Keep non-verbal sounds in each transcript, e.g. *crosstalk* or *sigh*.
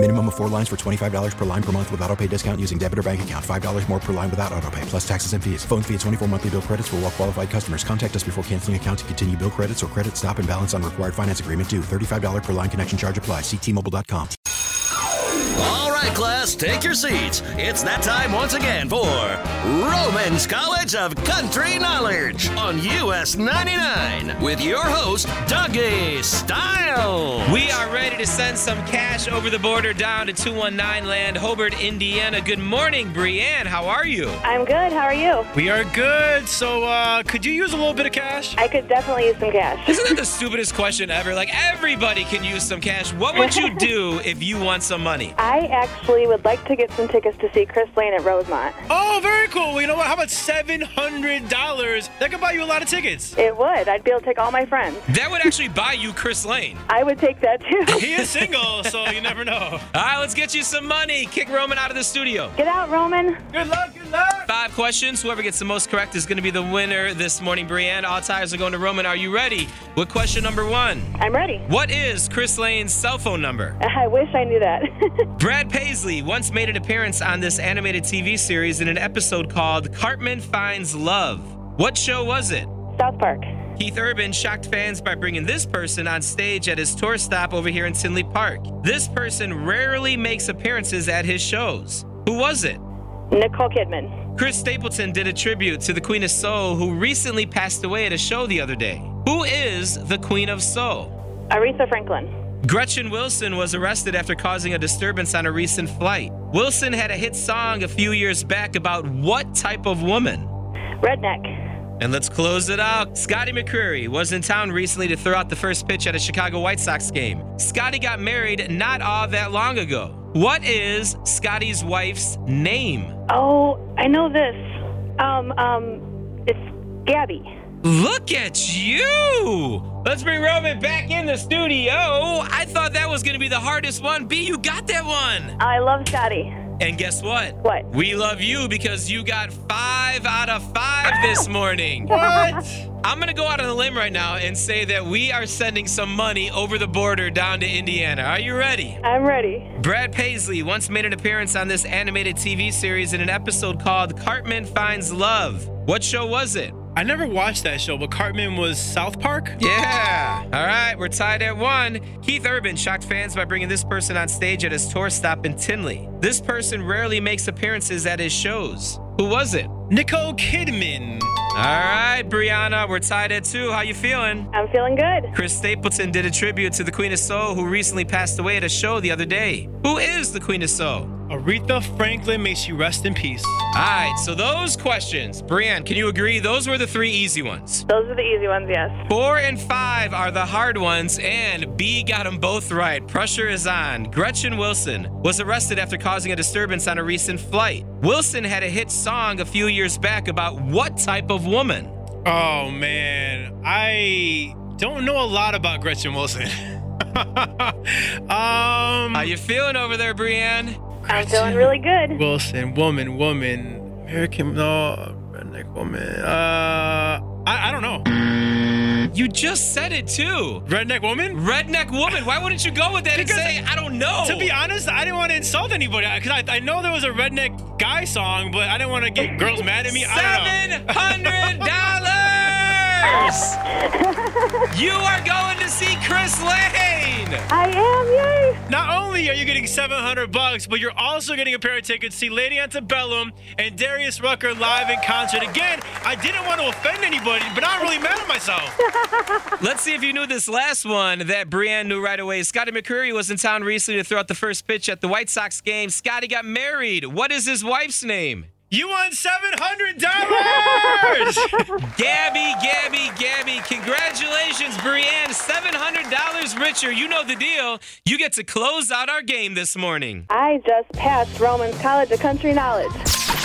Minimum of four lines for $25 per line per month with auto pay discount using debit or bank account. $5 more per line without auto pay, plus taxes and fees. Phone fee at 24 monthly bill credits for all well qualified customers. Contact us before canceling account to continue bill credits or credit stop and balance on required finance agreement due. $35 per line connection charge apply. Ctmobile.com. All right, class, take your seats. It's that time once again for Roman's College of Country Knowledge on US 99 with your host, Dougie Style. We are ready to send some cash over the border down to 219 land, Hobart, Indiana. Good morning, Brianne. How are you? I'm good. How are you? We are good. So, uh, could you use a little bit of cash? I could definitely use some cash. Isn't that the stupidest question ever? Like, everybody can use some cash. What would you do if you won some money? I actually would like to get some tickets to see Chris Lane at Rosemont. Oh, very cool. Well, you know what? How about seven hundred dollars? That could buy you a lot of tickets. It would. I'd be able to take all my friends. That would actually buy you Chris Lane. I would take that *laughs* too. He is single, so you never know. All right, let's get you some money. Kick Roman out of the studio. Get out, Roman. Good luck. Good luck. Five questions. Whoever gets the most correct is going to be the winner this morning. Brianne, all tires are going to Roman. Are you ready? With question number one, I'm ready. what is Chris Lane's cell phone number? I wish I knew that. *laughs* Brad Paisley once made an appearance on this animated TV series in an episode called Cartman Finds Love. What show was it? South Park. Keith Urban shocked fans by bringing this person on stage at his tour stop over here in Tinley Park. This person rarely makes appearances at his shows. Who was it? Nicole Kidman. Chris Stapleton did a tribute to the Queen of Soul, who recently passed away at a show the other day. Who is the Queen of Soul? Aretha Franklin. Gretchen Wilson was arrested after causing a disturbance on a recent flight. Wilson had a hit song a few years back about what type of woman? Redneck. And let's close it out. Scotty McCreery was in town recently to throw out the first pitch at a Chicago White Sox game. Scotty got married not all that long ago. What is Scotty's wife's name? Oh, I know this. Um, um, it's Gabby. Look at you! Let's bring Roman back in the studio. I thought that was going to be the hardest one. B, you got that one. I love Scotty. And guess what? What? We love you because you got five out of five this morning. What? I'm gonna go out on a limb right now and say that we are sending some money over the border down to Indiana. Are you ready? I'm ready. Brad Paisley once made an appearance on this animated TV series in an episode called Cartman Finds Love. What show was it? I never watched that show, but Cartman was South Park. Yeah. All right, we're tied at one. Keith Urban shocked fans by bringing this person on stage at his tour stop in Tinley. This person rarely makes appearances at his shows. Who was it? All Nicole Kidman. right, Brianna, we're tied at two. How you feeling? I'm feeling good. Chris Stapleton did a tribute to the Queen of Soul, who recently passed away at a show the other day. Who is the Queen of Soul? Aretha Franklin may she rest in peace. All right, so those questions, Brianne, can you agree? Those were the three easy ones. Those are the easy ones, yes. Four and five are the hard ones, and B got them both right. Pressure is on. Gretchen Wilson was arrested after causing a disturbance on a recent flight. Wilson had a hit song a few years back about what type of woman? Oh man, I don't know a lot about Gretchen Wilson. *laughs* um, How you feeling over there, Brianne? I'm feeling really good. Wilson, woman, woman, American, no, redneck woman. Uh, I, I don't know. You just said it too. Redneck woman? Redneck woman. Why wouldn't you go with that Because- and say, I don't know? To be honest, I didn't want to insult anybody because I, I know there was a redneck guy song, but I didn't want to *laughs* get girls mad at me. I don't know. Seven hundred dollars. you are going to see Chris Lane. I am, yay! Not only are you getting 700 bucks, but you're also getting a pair of tickets to see Lady Antebellum and Darius Rucker live in concert. Again, I didn't want to offend anybody, but I'm really mad at myself. Let's see if you knew this last one that Brianne knew right away. Scotty McCreery was in town recently to throw out the first pitch at the White Sox game. Scotty got married. What is his wife's name? You won $700! *laughs* Gabby, Gabby, Gabby. Congratulations, Brianne. $700 richer. You know the deal. You get to close out our game this morning. I just passed Roman's College of Country Knowledge.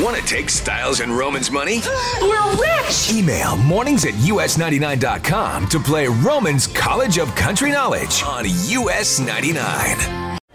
Want to take Styles and Roman's money? *gasps* We're rich! Email mornings at us99.com to play Roman's College of Country Knowledge on US 99.